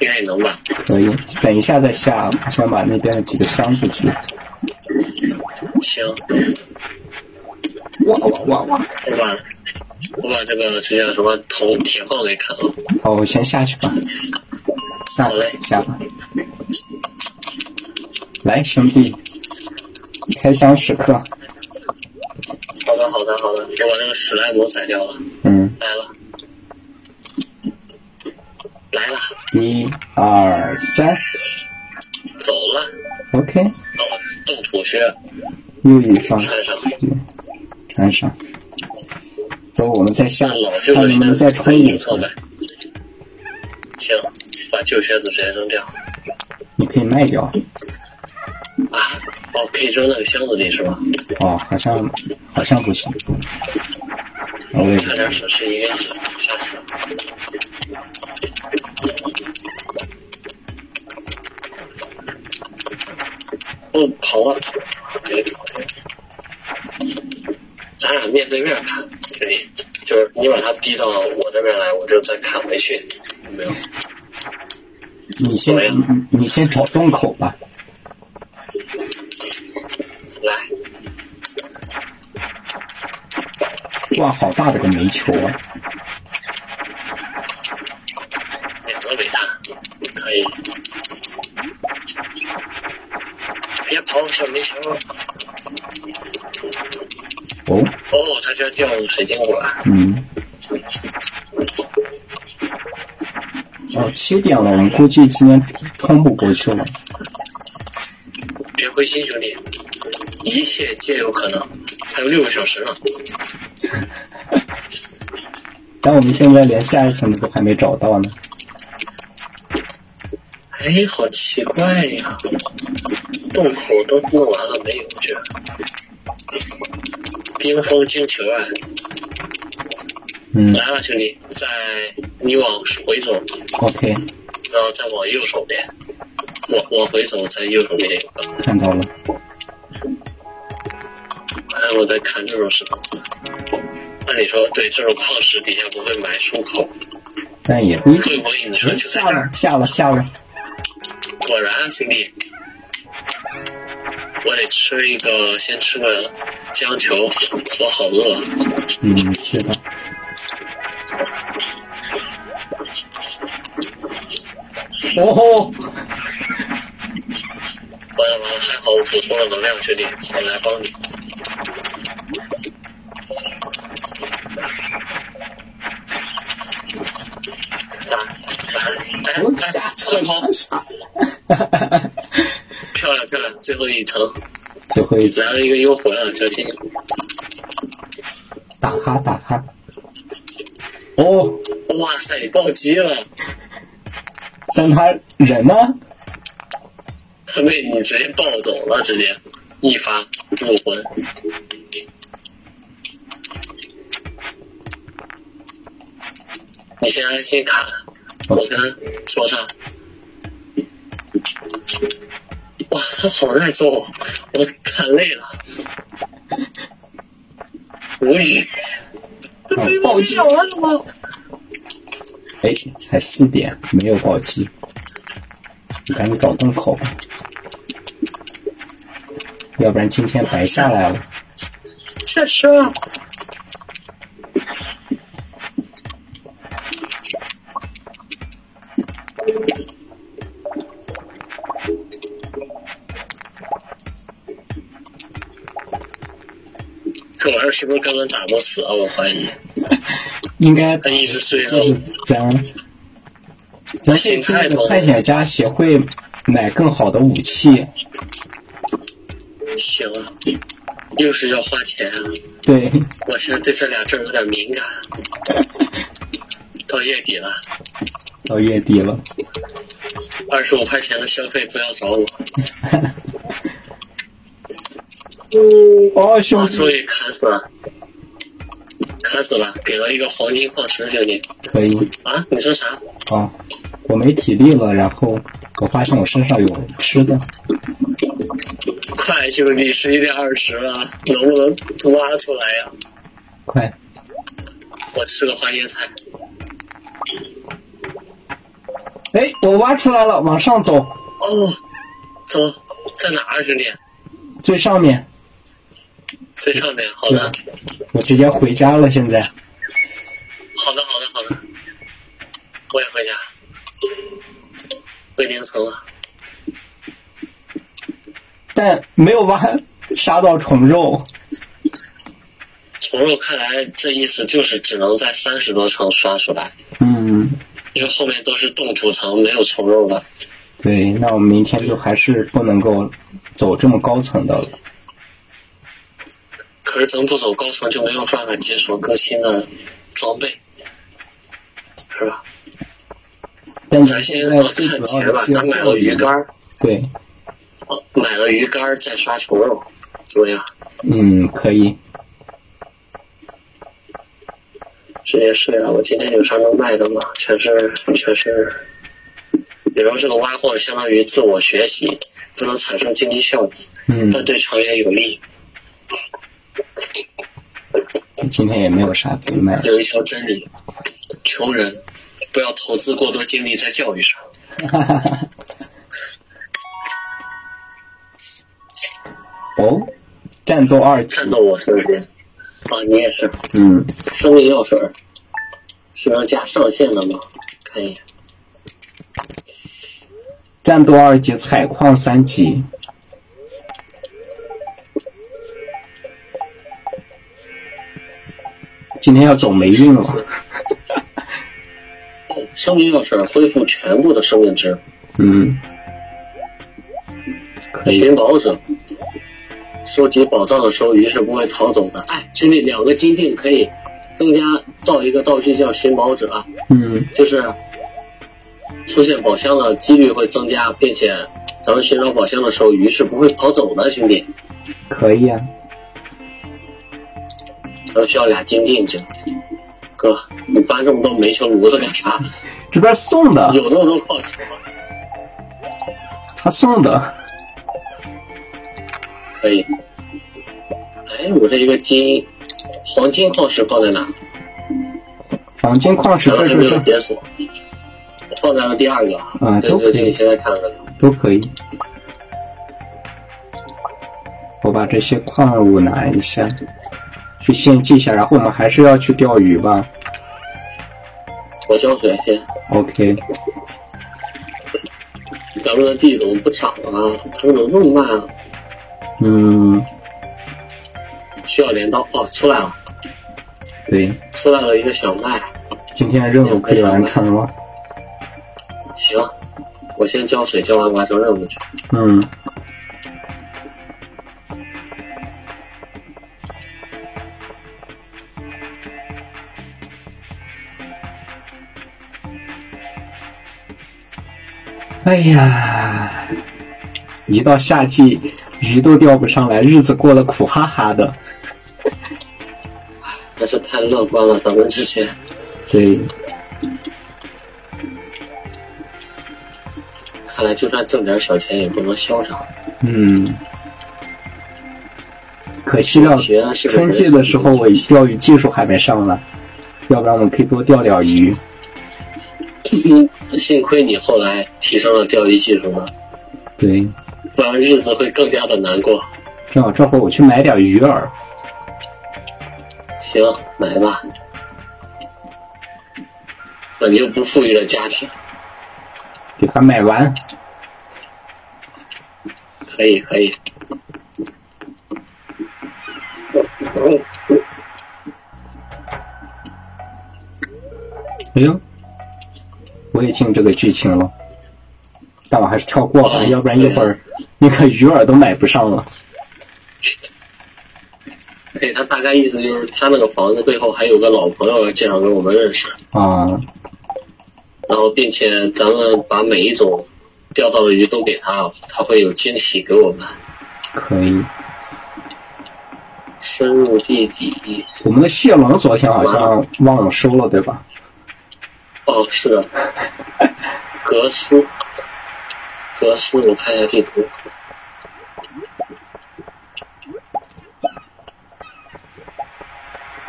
S1: 应该也能吧。
S2: 可以。等一下再下，我想把那边的几个箱子去。
S1: 行，
S2: 哇哇哇哇！
S1: 我把我把这个这叫什么铜铁矿给砍了。
S2: 好，哦我先下去吧。下
S1: 好嘞
S2: 下吧。来，兄弟，开箱时刻。
S1: 好的，好的，好的，我把这个史莱姆宰掉了。
S2: 嗯，
S1: 来了，来了，
S2: 一二三
S1: 走了。
S2: ，OK，
S1: 哦，冻土靴
S2: 又一双
S1: 穿上，
S2: 穿上。走，我们再下
S1: 那老，旧
S2: 看
S1: 的
S2: 能不能
S1: 靴
S2: 再
S1: 子可
S2: 冲
S1: 以
S2: 五
S1: 隐藏
S2: 层
S1: 呗。。行，把旧靴子直接扔掉。
S2: 你可以卖掉。
S1: 啊，哦，可以扔那个箱子里是吧？
S2: 哦，好像好像不行。我也不
S1: 差点损失一个亿，吓死了！哦，跑了！咱俩面对面看，兄弟，就是你把他逼到我这边来，我就再砍回去，有没有？
S2: 你先
S1: 怎么
S2: 你你先找洞口吧。
S1: 来，
S2: 哇，好大的个煤球啊！
S1: 两个伟大，可以。别哎跑，小煤球！
S2: 哦，
S1: 哦，他居然掉入水晶管。
S2: 嗯。哦，七点了，我们估计今天冲不过去了。
S1: 别灰心，兄弟，一切皆有可能。还有六个小时呢，
S2: 但我们现在连下一层都还没找到呢。
S1: 哎，好奇怪呀，洞口都弄完了没有？这冰封金球啊！
S2: 嗯
S1: 来了，兄弟，在你往回走，
S2: ，OK，
S1: 然后再往右手边。我往回走，在右手边有个
S2: 看到了。
S1: 路哎在看这种石头。按理说，对这种矿石底下不会埋漱口，
S2: 但也不一定。
S1: 最过瘾的事就在
S2: 下
S1: 这儿
S2: 了。下了下了，
S1: 果然啊，兄弟，我得吃一个，先吃个姜球，我好饿。
S2: 嗯，是的。哦吼，
S1: 完了完了，还好我补充了能量，兄弟，我来帮你。咋咋？哎
S2: 我
S1: 哎
S2: 下，
S1: 快跑！
S2: 下下。
S1: 漂亮漂亮，最后一层
S2: 最后一次
S1: 来了一个幽魂啊，小心！
S2: 打哈打哈。哦，
S1: 哇塞，你暴击了，
S2: 但他人呢？
S1: 他被你直接暴走了，直接一发入魂。你先安心砍，我跟他说上。哇，他好耐揍，我砍累了，无语。
S2: 暴击
S1: 完了吗？
S2: 哎，才四点，没有暴击。你赶紧找洞口吧，要不然今天白下来了。
S1: 确实啊。这玩意儿是不是根本打不死啊？我怀疑
S2: 应该
S1: 他一直追着
S2: 就
S1: 我
S2: 是咱咱可以去那个探险家协会买更好的武器。
S1: 行啊，又是要花钱啊！
S2: 对，
S1: 我现在对这俩字儿有点敏感。 到月底了，
S2: 到月底了，
S1: 二十五块钱的消费不要找我。
S2: 哦，兄
S1: 我
S2: 弟，
S1: 终于砍死了，砍死了，给了一个黄金矿石，兄弟
S2: 可以
S1: 啊！你说啥？
S2: 啊！我没体力了，然后我发现我身上有吃的，
S1: 快，兄弟，十一点二十了，能不能挖出来呀、
S2: 快
S1: 我吃个花椰菜，
S2: 哎，我挖出来了，往上走，
S1: 哦，走，在哪儿啊，兄弟？
S2: 最上面。
S1: 最上面。好的，
S2: 我直接回家了，现在。
S1: 好的，好的，好的。我也回家，回凌晨了。
S2: 但没有挖杀到虫肉，
S1: 虫肉看来这意思就是只能在三十多层刷出来，
S2: 嗯，
S1: 因为后面都是冻土层，没有虫肉了。
S2: 对，那我们明天就还是不能够走这么高层的了。
S1: 可是咱不走高层就没有办法解锁更新的装备，是吧？
S2: 但
S1: 咱
S2: 现
S1: 先
S2: 在嗯啊最
S1: 看
S2: 主要
S1: 钱吧
S2: 的，是
S1: 咱买了鱼竿儿，
S2: 对，
S1: 呃买了鱼竿儿再刷虫肉，怎么样？
S2: 嗯，可以，
S1: 直接睡了。我今天有啥能卖的吗？全是全是。比如这个挖矿相当于自我学习，不能产生经济效益，
S2: 嗯，
S1: 但对长远有利。
S2: 今天也没有啥可以卖的，
S1: 有一条真理：穷人不要投资过多精力在教育上。
S2: 哈哈哈。哦，战斗二级，
S1: 战斗我身边啊，你也是。
S2: 嗯，
S1: 生命药水儿是能加上限的吗？看一眼，
S2: 战斗二级，采矿三级，今天要走霉运了，
S1: 哦，生命药水儿恢复全部的生命值。
S2: 嗯，可以，
S1: 寻宝者收集宝藏的时候，鱼是不会逃走的。哎，兄弟，两个金锭可以增加造一个道具叫寻宝者，啊
S2: 嗯，
S1: 就是出现宝箱的几率会增加，并且咱们寻找宝箱的时候，鱼是不会跑走的，兄弟。
S2: 可以啊，
S1: 咱们需要俩金锭去。哥，你搬这么多煤球炉子干啥？
S2: 这边送的，
S1: 有那么多矿石吗？
S2: 他送的，
S1: 可以。哎，哎，我这一个金黄金矿石放在哪？
S2: 黄金矿石
S1: 然后
S2: 这
S1: 还没有
S2: 个
S1: 解锁，放在了第二个。
S2: 啊
S1: 对
S2: 都可
S1: 对
S2: 以
S1: 对，现在看了。
S2: 都可以。我把这些矿物拿一下，去献祭一下，然后我们还是要去钓鱼吧。
S1: 我浇水先，
S2: OK，
S1: 咱们的地怎么不长啊？他们怎么这么慢啊？
S2: 嗯，
S1: 需要镰刀哦，出来了，
S2: 对，
S1: 出来了一个小麦，
S2: 今天的任务可以完成了。
S1: 行，我先浇水，浇完完成任务去。
S2: 嗯，哎呀，一到夏季，鱼都钓不上来，日子过得苦哈哈的。
S1: 但是太乐观了，咱们之前
S2: 对，
S1: 看来就算挣点小钱也不能嚣张。
S2: 嗯，可惜了，
S1: 学啊是不是
S2: 春季的时候我钓鱼技术还没上来，要不然我们可以多钓钓鱼。
S1: 嗯幸亏你后来提升了钓鱼技术呢，
S2: 对，
S1: 不然日子会更加的难过。
S2: 正好这会儿我去买点鱼饵。
S1: 行，来吧，本就不富裕的家庭，
S2: 给它买完。
S1: 可以可以。
S2: 哎呦，我也进这个剧情了，但我还是跳过吧，
S1: 哦
S2: 要不然一会儿那个鱼饵都买不上了。
S1: 对他大概意思就是，他那个房子背后还有个老朋友介绍给我们认识，
S2: 啊，
S1: 然后并且咱们把每一种钓到的鱼都给他，他会有惊喜给我们。
S2: 可以。
S1: 深入地底，
S2: 我们的蟹笼昨天好像忘了收了，对吧？
S1: 哦，是的， 格斯，格斯，我看一下地图。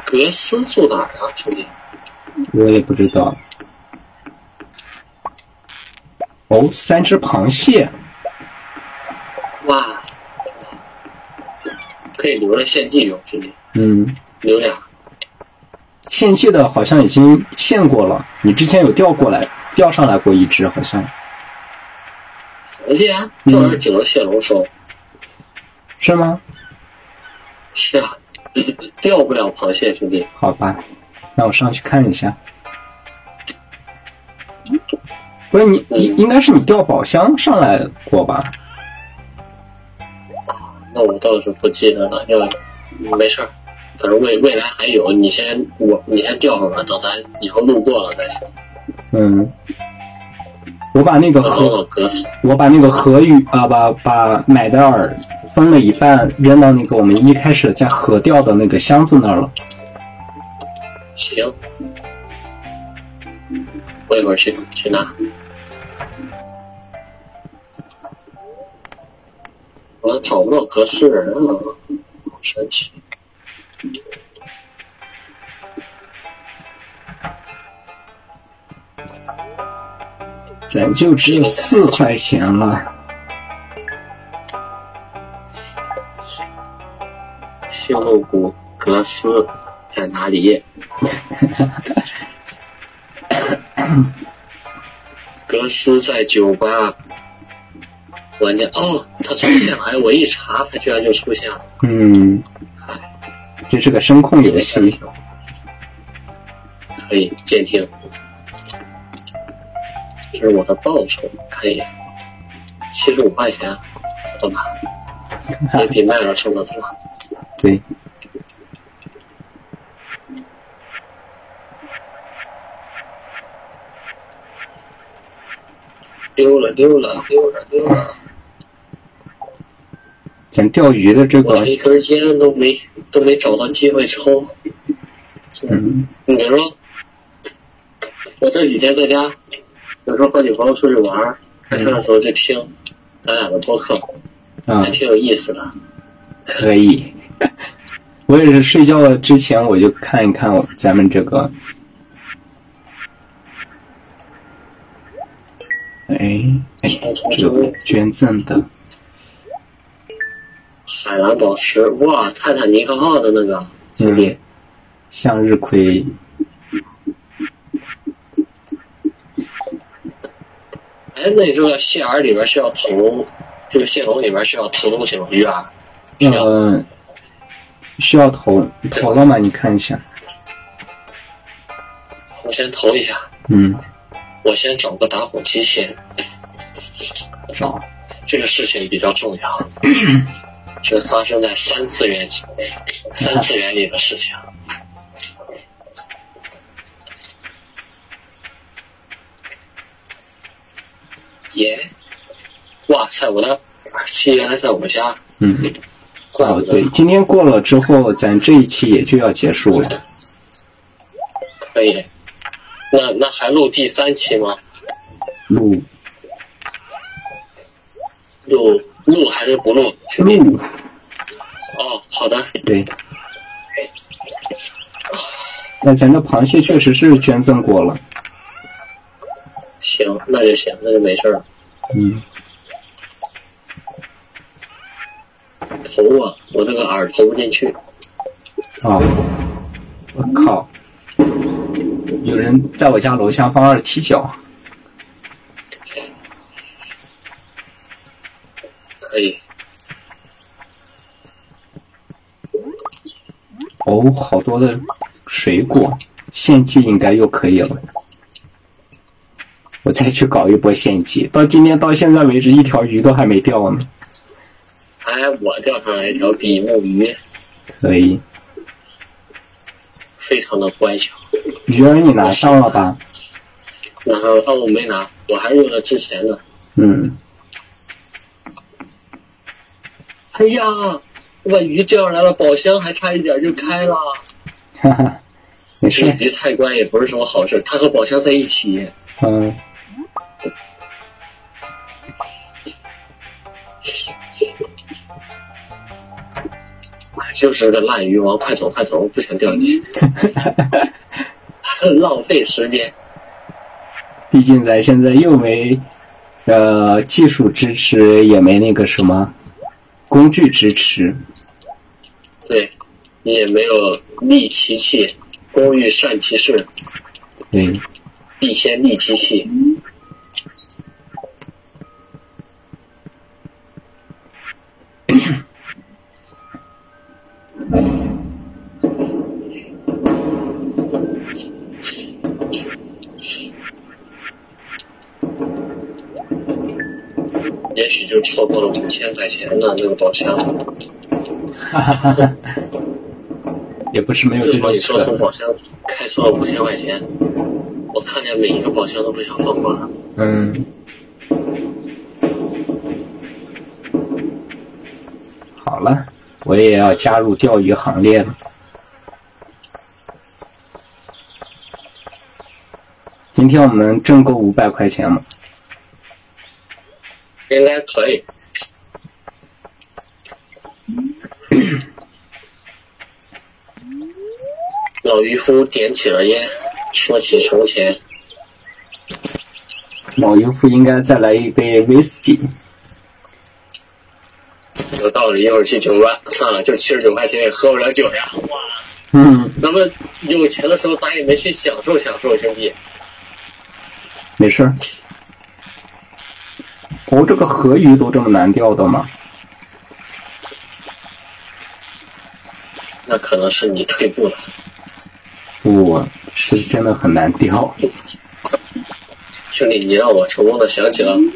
S1: 格斯住哪儿啊，兄弟？
S2: 我也不知道。哦，三只螃蟹，
S1: 哇，可以留着献祭用，兄弟，
S2: 嗯，
S1: 留俩。
S2: 献祭的好像已经献过了。你之前有钓过来，钓上来过一只，好像
S1: 而且啊这玩意儿只能现龙收，
S2: 是吗？
S1: 是啊， 钓不了螃蟹，兄弟。
S2: 好吧，那我上去看一下。不是你，你应该是你调宝箱上来过吧？
S1: 那我倒是不记得了，要嗯没事儿，反正未未来还有，你先我你先钓上来，等咱以后路过了再说。
S2: 嗯，我把那个
S1: 然后
S2: 河，
S1: 我哥死，
S2: 我把那个河鱼啊，把把买的饵分了一半扔到那个我们一开始在河钓的那个箱子那儿了。
S1: 行，我一会儿去去拿。我找不到格斯人了，好神奇。
S2: 咱就只有四块钱了，
S1: 星露谷格斯在哪里？格斯在酒吧。玩家哦，他出现了！哎，我一查，他居然就出现了。
S2: 嗯，
S1: 哎，
S2: 这是个声控游戏，
S1: 可以监听，这是我的报酬，看一眼，七十五块钱，好吧，也比麦尔挣得多。
S2: 对，
S1: 溜了溜了溜了溜了，
S2: 咱钓鱼的这
S1: 我这
S2: 个，
S1: 一根烟都没都没找到机会抽。
S2: 嗯，
S1: 你别说，我这几天在家，有时候和女朋友出去玩儿，开车的时候就听咱俩的播客，
S2: 啊
S1: 还，挺有意思的。
S2: 可以， 我也是睡觉之前我就看一看咱们这个，哎哎，有捐赠的，
S1: 海蓝宝石，哇，泰坦尼克号的那个，兄弟
S2: 嗯，，向日葵，
S1: 哎，那你这个蟹饵里边需要投，这个蟹笼里边需要投东西吗？鱼啊饵需要。
S2: 呃，需要投投了吗？你看一下，
S1: 我先投一下，
S2: 嗯，
S1: 我先找个打火机先，
S2: 找，
S1: 这个事情比较重要。这发生在三次元，三次元里的事情。耶！哇塞，我的耳机原来在我家，
S2: 嗯，
S1: 怪不
S2: 哦
S1: 得
S2: 对，今天过了之后，咱这一期也就要结束了。
S1: 可以。那那还录第三期吗？
S2: 录
S1: 录录还是不录？兄弟
S2: 录，
S1: 哦，好的，
S2: 对。那咱的螃蟹确实是捐赠过了，
S1: 行，那就行，那就没事了。
S2: 嗯，
S1: 头啊，我这个耳投不进去。
S2: 啊、我靠，有人在我家楼下放二踢脚，
S1: 可以，
S2: 哦，好多的水果，献祭应该又可以了。我再去搞一波献祭，到今天到现在为止，一条鱼都还没钓呢。
S1: 哎，我钓上来一条比目鱼，
S2: 可以，非
S1: 非常的乖巧。
S2: 鱼儿你拿上了吧？
S1: 然后哦，我没拿，我还用了之前的。
S2: 嗯，
S1: 哎呀，我把鱼钓上来了，宝箱还差一点就开了。
S2: 哈哈，
S1: 这
S2: 没事 儿，
S1: 鱼太乖也不是什么好事，它和宝箱在一起。
S2: 嗯，
S1: 哎就是个烂鱼王，快走快走，不想钓你， 浪费时间。
S2: 毕竟咱现在又没呃技术支持，也没那个什么工具支持，
S1: 对，你也没有利其器，工欲善其事，
S2: 对，
S1: 必先利其器。也许就错过了五千块钱的那个宝箱。
S2: 哈哈哈哈，也不是没有
S1: 自
S2: 这
S1: 从
S2: 种
S1: 你说从
S2: 可
S1: 宝箱开出了五千块钱，我看见每一个宝箱都非常放过了。
S2: 嗯，好了，我也要加入钓鱼行列了。今天我们挣够五百块钱吗？
S1: 应该可以。 老渔夫点起了烟，说起从前，
S2: 老渔夫应该再来一杯威士忌。
S1: 有道理。一会儿去酒吧，算了，就七十九块钱也喝不了酒呀。
S2: 嗯，
S1: 咱们有钱的时候，咱也没去享受享受，兄弟。
S2: 没事儿。哦，这个河鱼都这么难钓的吗？
S1: 那可能是你退步了。
S2: 不，是真的很难钓。
S1: 兄弟，你让我成功的想起了《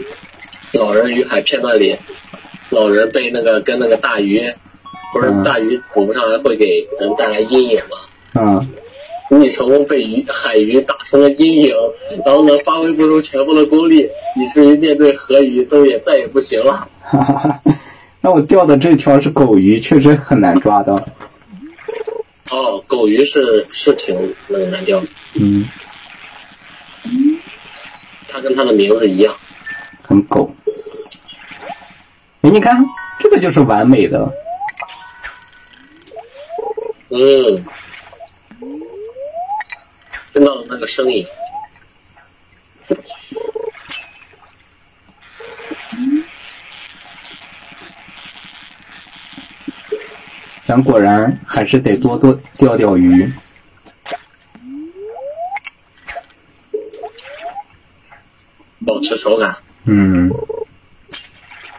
S1: 老人与海》片段里，老人被那个跟那个大鱼，不是
S2: 嗯
S1: 大鱼捕不上来会给人带来阴影吗？
S2: 嗯，
S1: 你成功被鱼海鱼打成了阴影，然后呢发挥不出全部的功力，以至于面对河鱼都也再也不行了。
S2: 哈哈哈， 那我钓的这条是狗鱼，确实很难抓到。
S1: 哦，狗鱼是是挺那个难钓的，
S2: 嗯，
S1: 它跟它的名字一样。
S2: 很狗。哎，你看，这个就是完美的。
S1: 嗯，听到了那个声音。
S2: 咱果然还是得多多钓钓鱼。
S1: 保持手感。
S2: 嗯，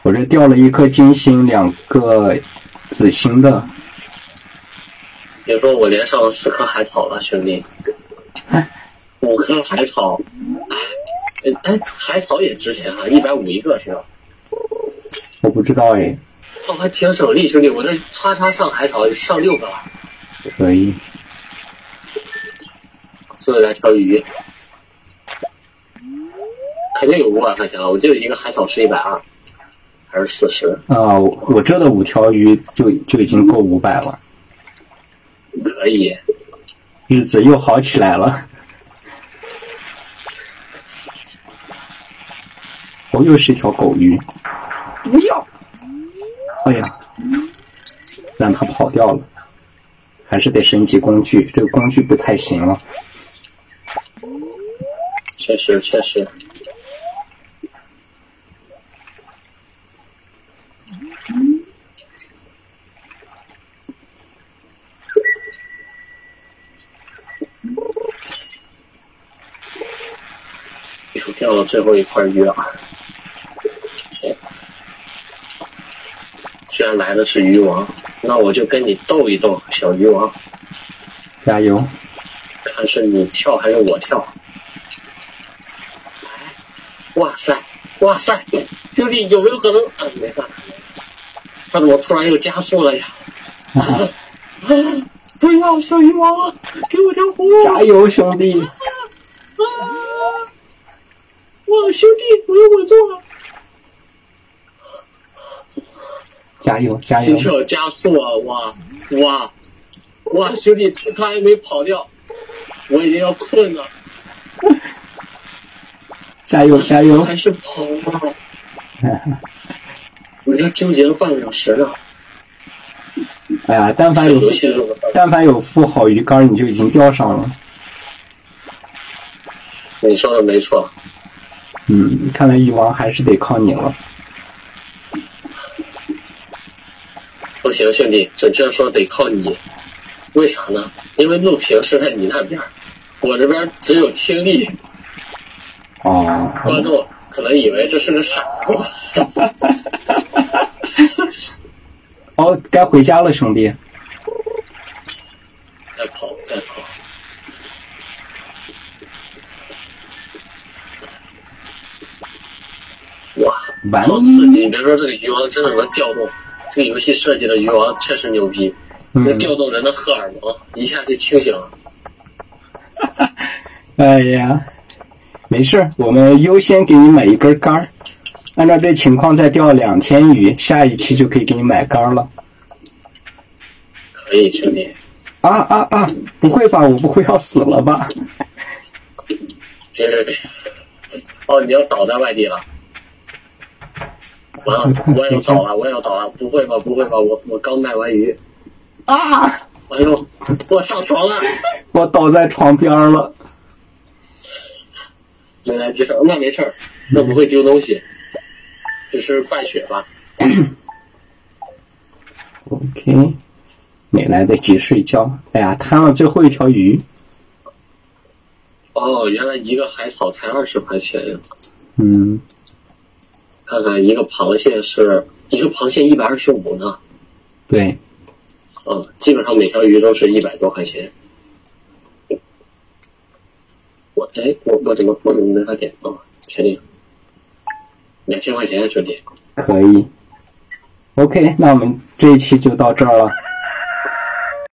S2: 我这钓了一颗金星，两个紫星的。
S1: 别说我连上了四颗海草了，兄弟，五颗海草，哎哎，海草也值钱啊，一百五一个是吧？
S2: 我不知道哎，
S1: 哦，还挺省力，兄弟，我这叉叉上海草上六个了，
S2: 可以。
S1: 所以来条鱼，肯定有五百块钱了，我记得一个海草是一百二，还是四十？
S2: 啊、我我这的五条鱼就就已经够五百了，
S1: 可以，
S2: 日子又好起来了。哦，又是一条狗鱼。
S3: 不要，
S2: 哎呀，让它跑掉了，还是得升级工具，这个工具不太行了。
S1: 确实确实。又掉了最后一块啊鱼饵，居然来的是鱼王，那我就跟你斗一斗，小鱼王，
S2: 加油！
S1: 看是你跳还是我跳。哇塞，哇塞，兄弟有没有可能？啊，没办法，他怎么突然又加速了呀？啊不要，小鱼王，啊给我条活路！
S2: 加油，兄弟！
S1: 啊！哇，兄弟，我又稳住了！
S2: 加油，加
S1: 心
S2: 油！
S1: 跳加速啊！哇哇哇，兄弟，他还没跑掉，我已经要困了，
S2: 加油，加油！
S1: 还是跑吧！我这纠结了半个小时呢，
S2: 哎呀，但凡
S1: 这
S2: 有
S1: 游戏这么办？
S2: 但凡有副好鱼竿，你就已经钓上了。
S1: 你说的没错，
S2: 嗯，看来鱼王还是得靠你了。
S1: 不行，兄弟，准确说得靠你。为啥呢？因为录屏是在你那边儿，我这边儿只有听力。
S2: 哦，
S1: 观众可能以为这是个傻瓜。
S2: 哦，该回家了，兄弟。
S1: 再跑，再跑。哇，
S2: 完了
S1: 好刺激！你别说这个鱼王真的能调动，这个游戏设计的鱼王确实牛逼，能
S2: 嗯，
S1: 调动人的荷尔蒙，一下就清醒了。
S2: 哎呀，没事儿，我们优先给你买一根杆儿，按照这情况再钓两天鱼，下一期就可以给你买杆儿了。
S1: 可以，兄弟，
S2: 啊啊啊！不会吧，我不会要死了吧？
S1: 别别别！哦，你要倒在外地了。完了，我也要倒了，我也要倒了！不会吧，不会吧，我我刚卖完鱼，
S2: 啊！
S1: 哎呦，我上床了。
S2: 我倒在床边儿了。
S1: 没来及上，那没事儿，那不会丢东西，只是败血吧。
S2: OK，没来得及睡觉。哎呀，贪了最后一条鱼。
S1: 哦，原来一个海草才二十块钱呀！
S2: 嗯，
S1: 看看一个螃蟹是一个螃蟹一百二十五呢。
S2: 对，
S1: 嗯，基本上每条鱼都是一百多块钱。我哎，我我怎么我怎么没法点啊？确定，两千块钱兄弟，
S2: 可以。OK，那我们这一期就到这儿了。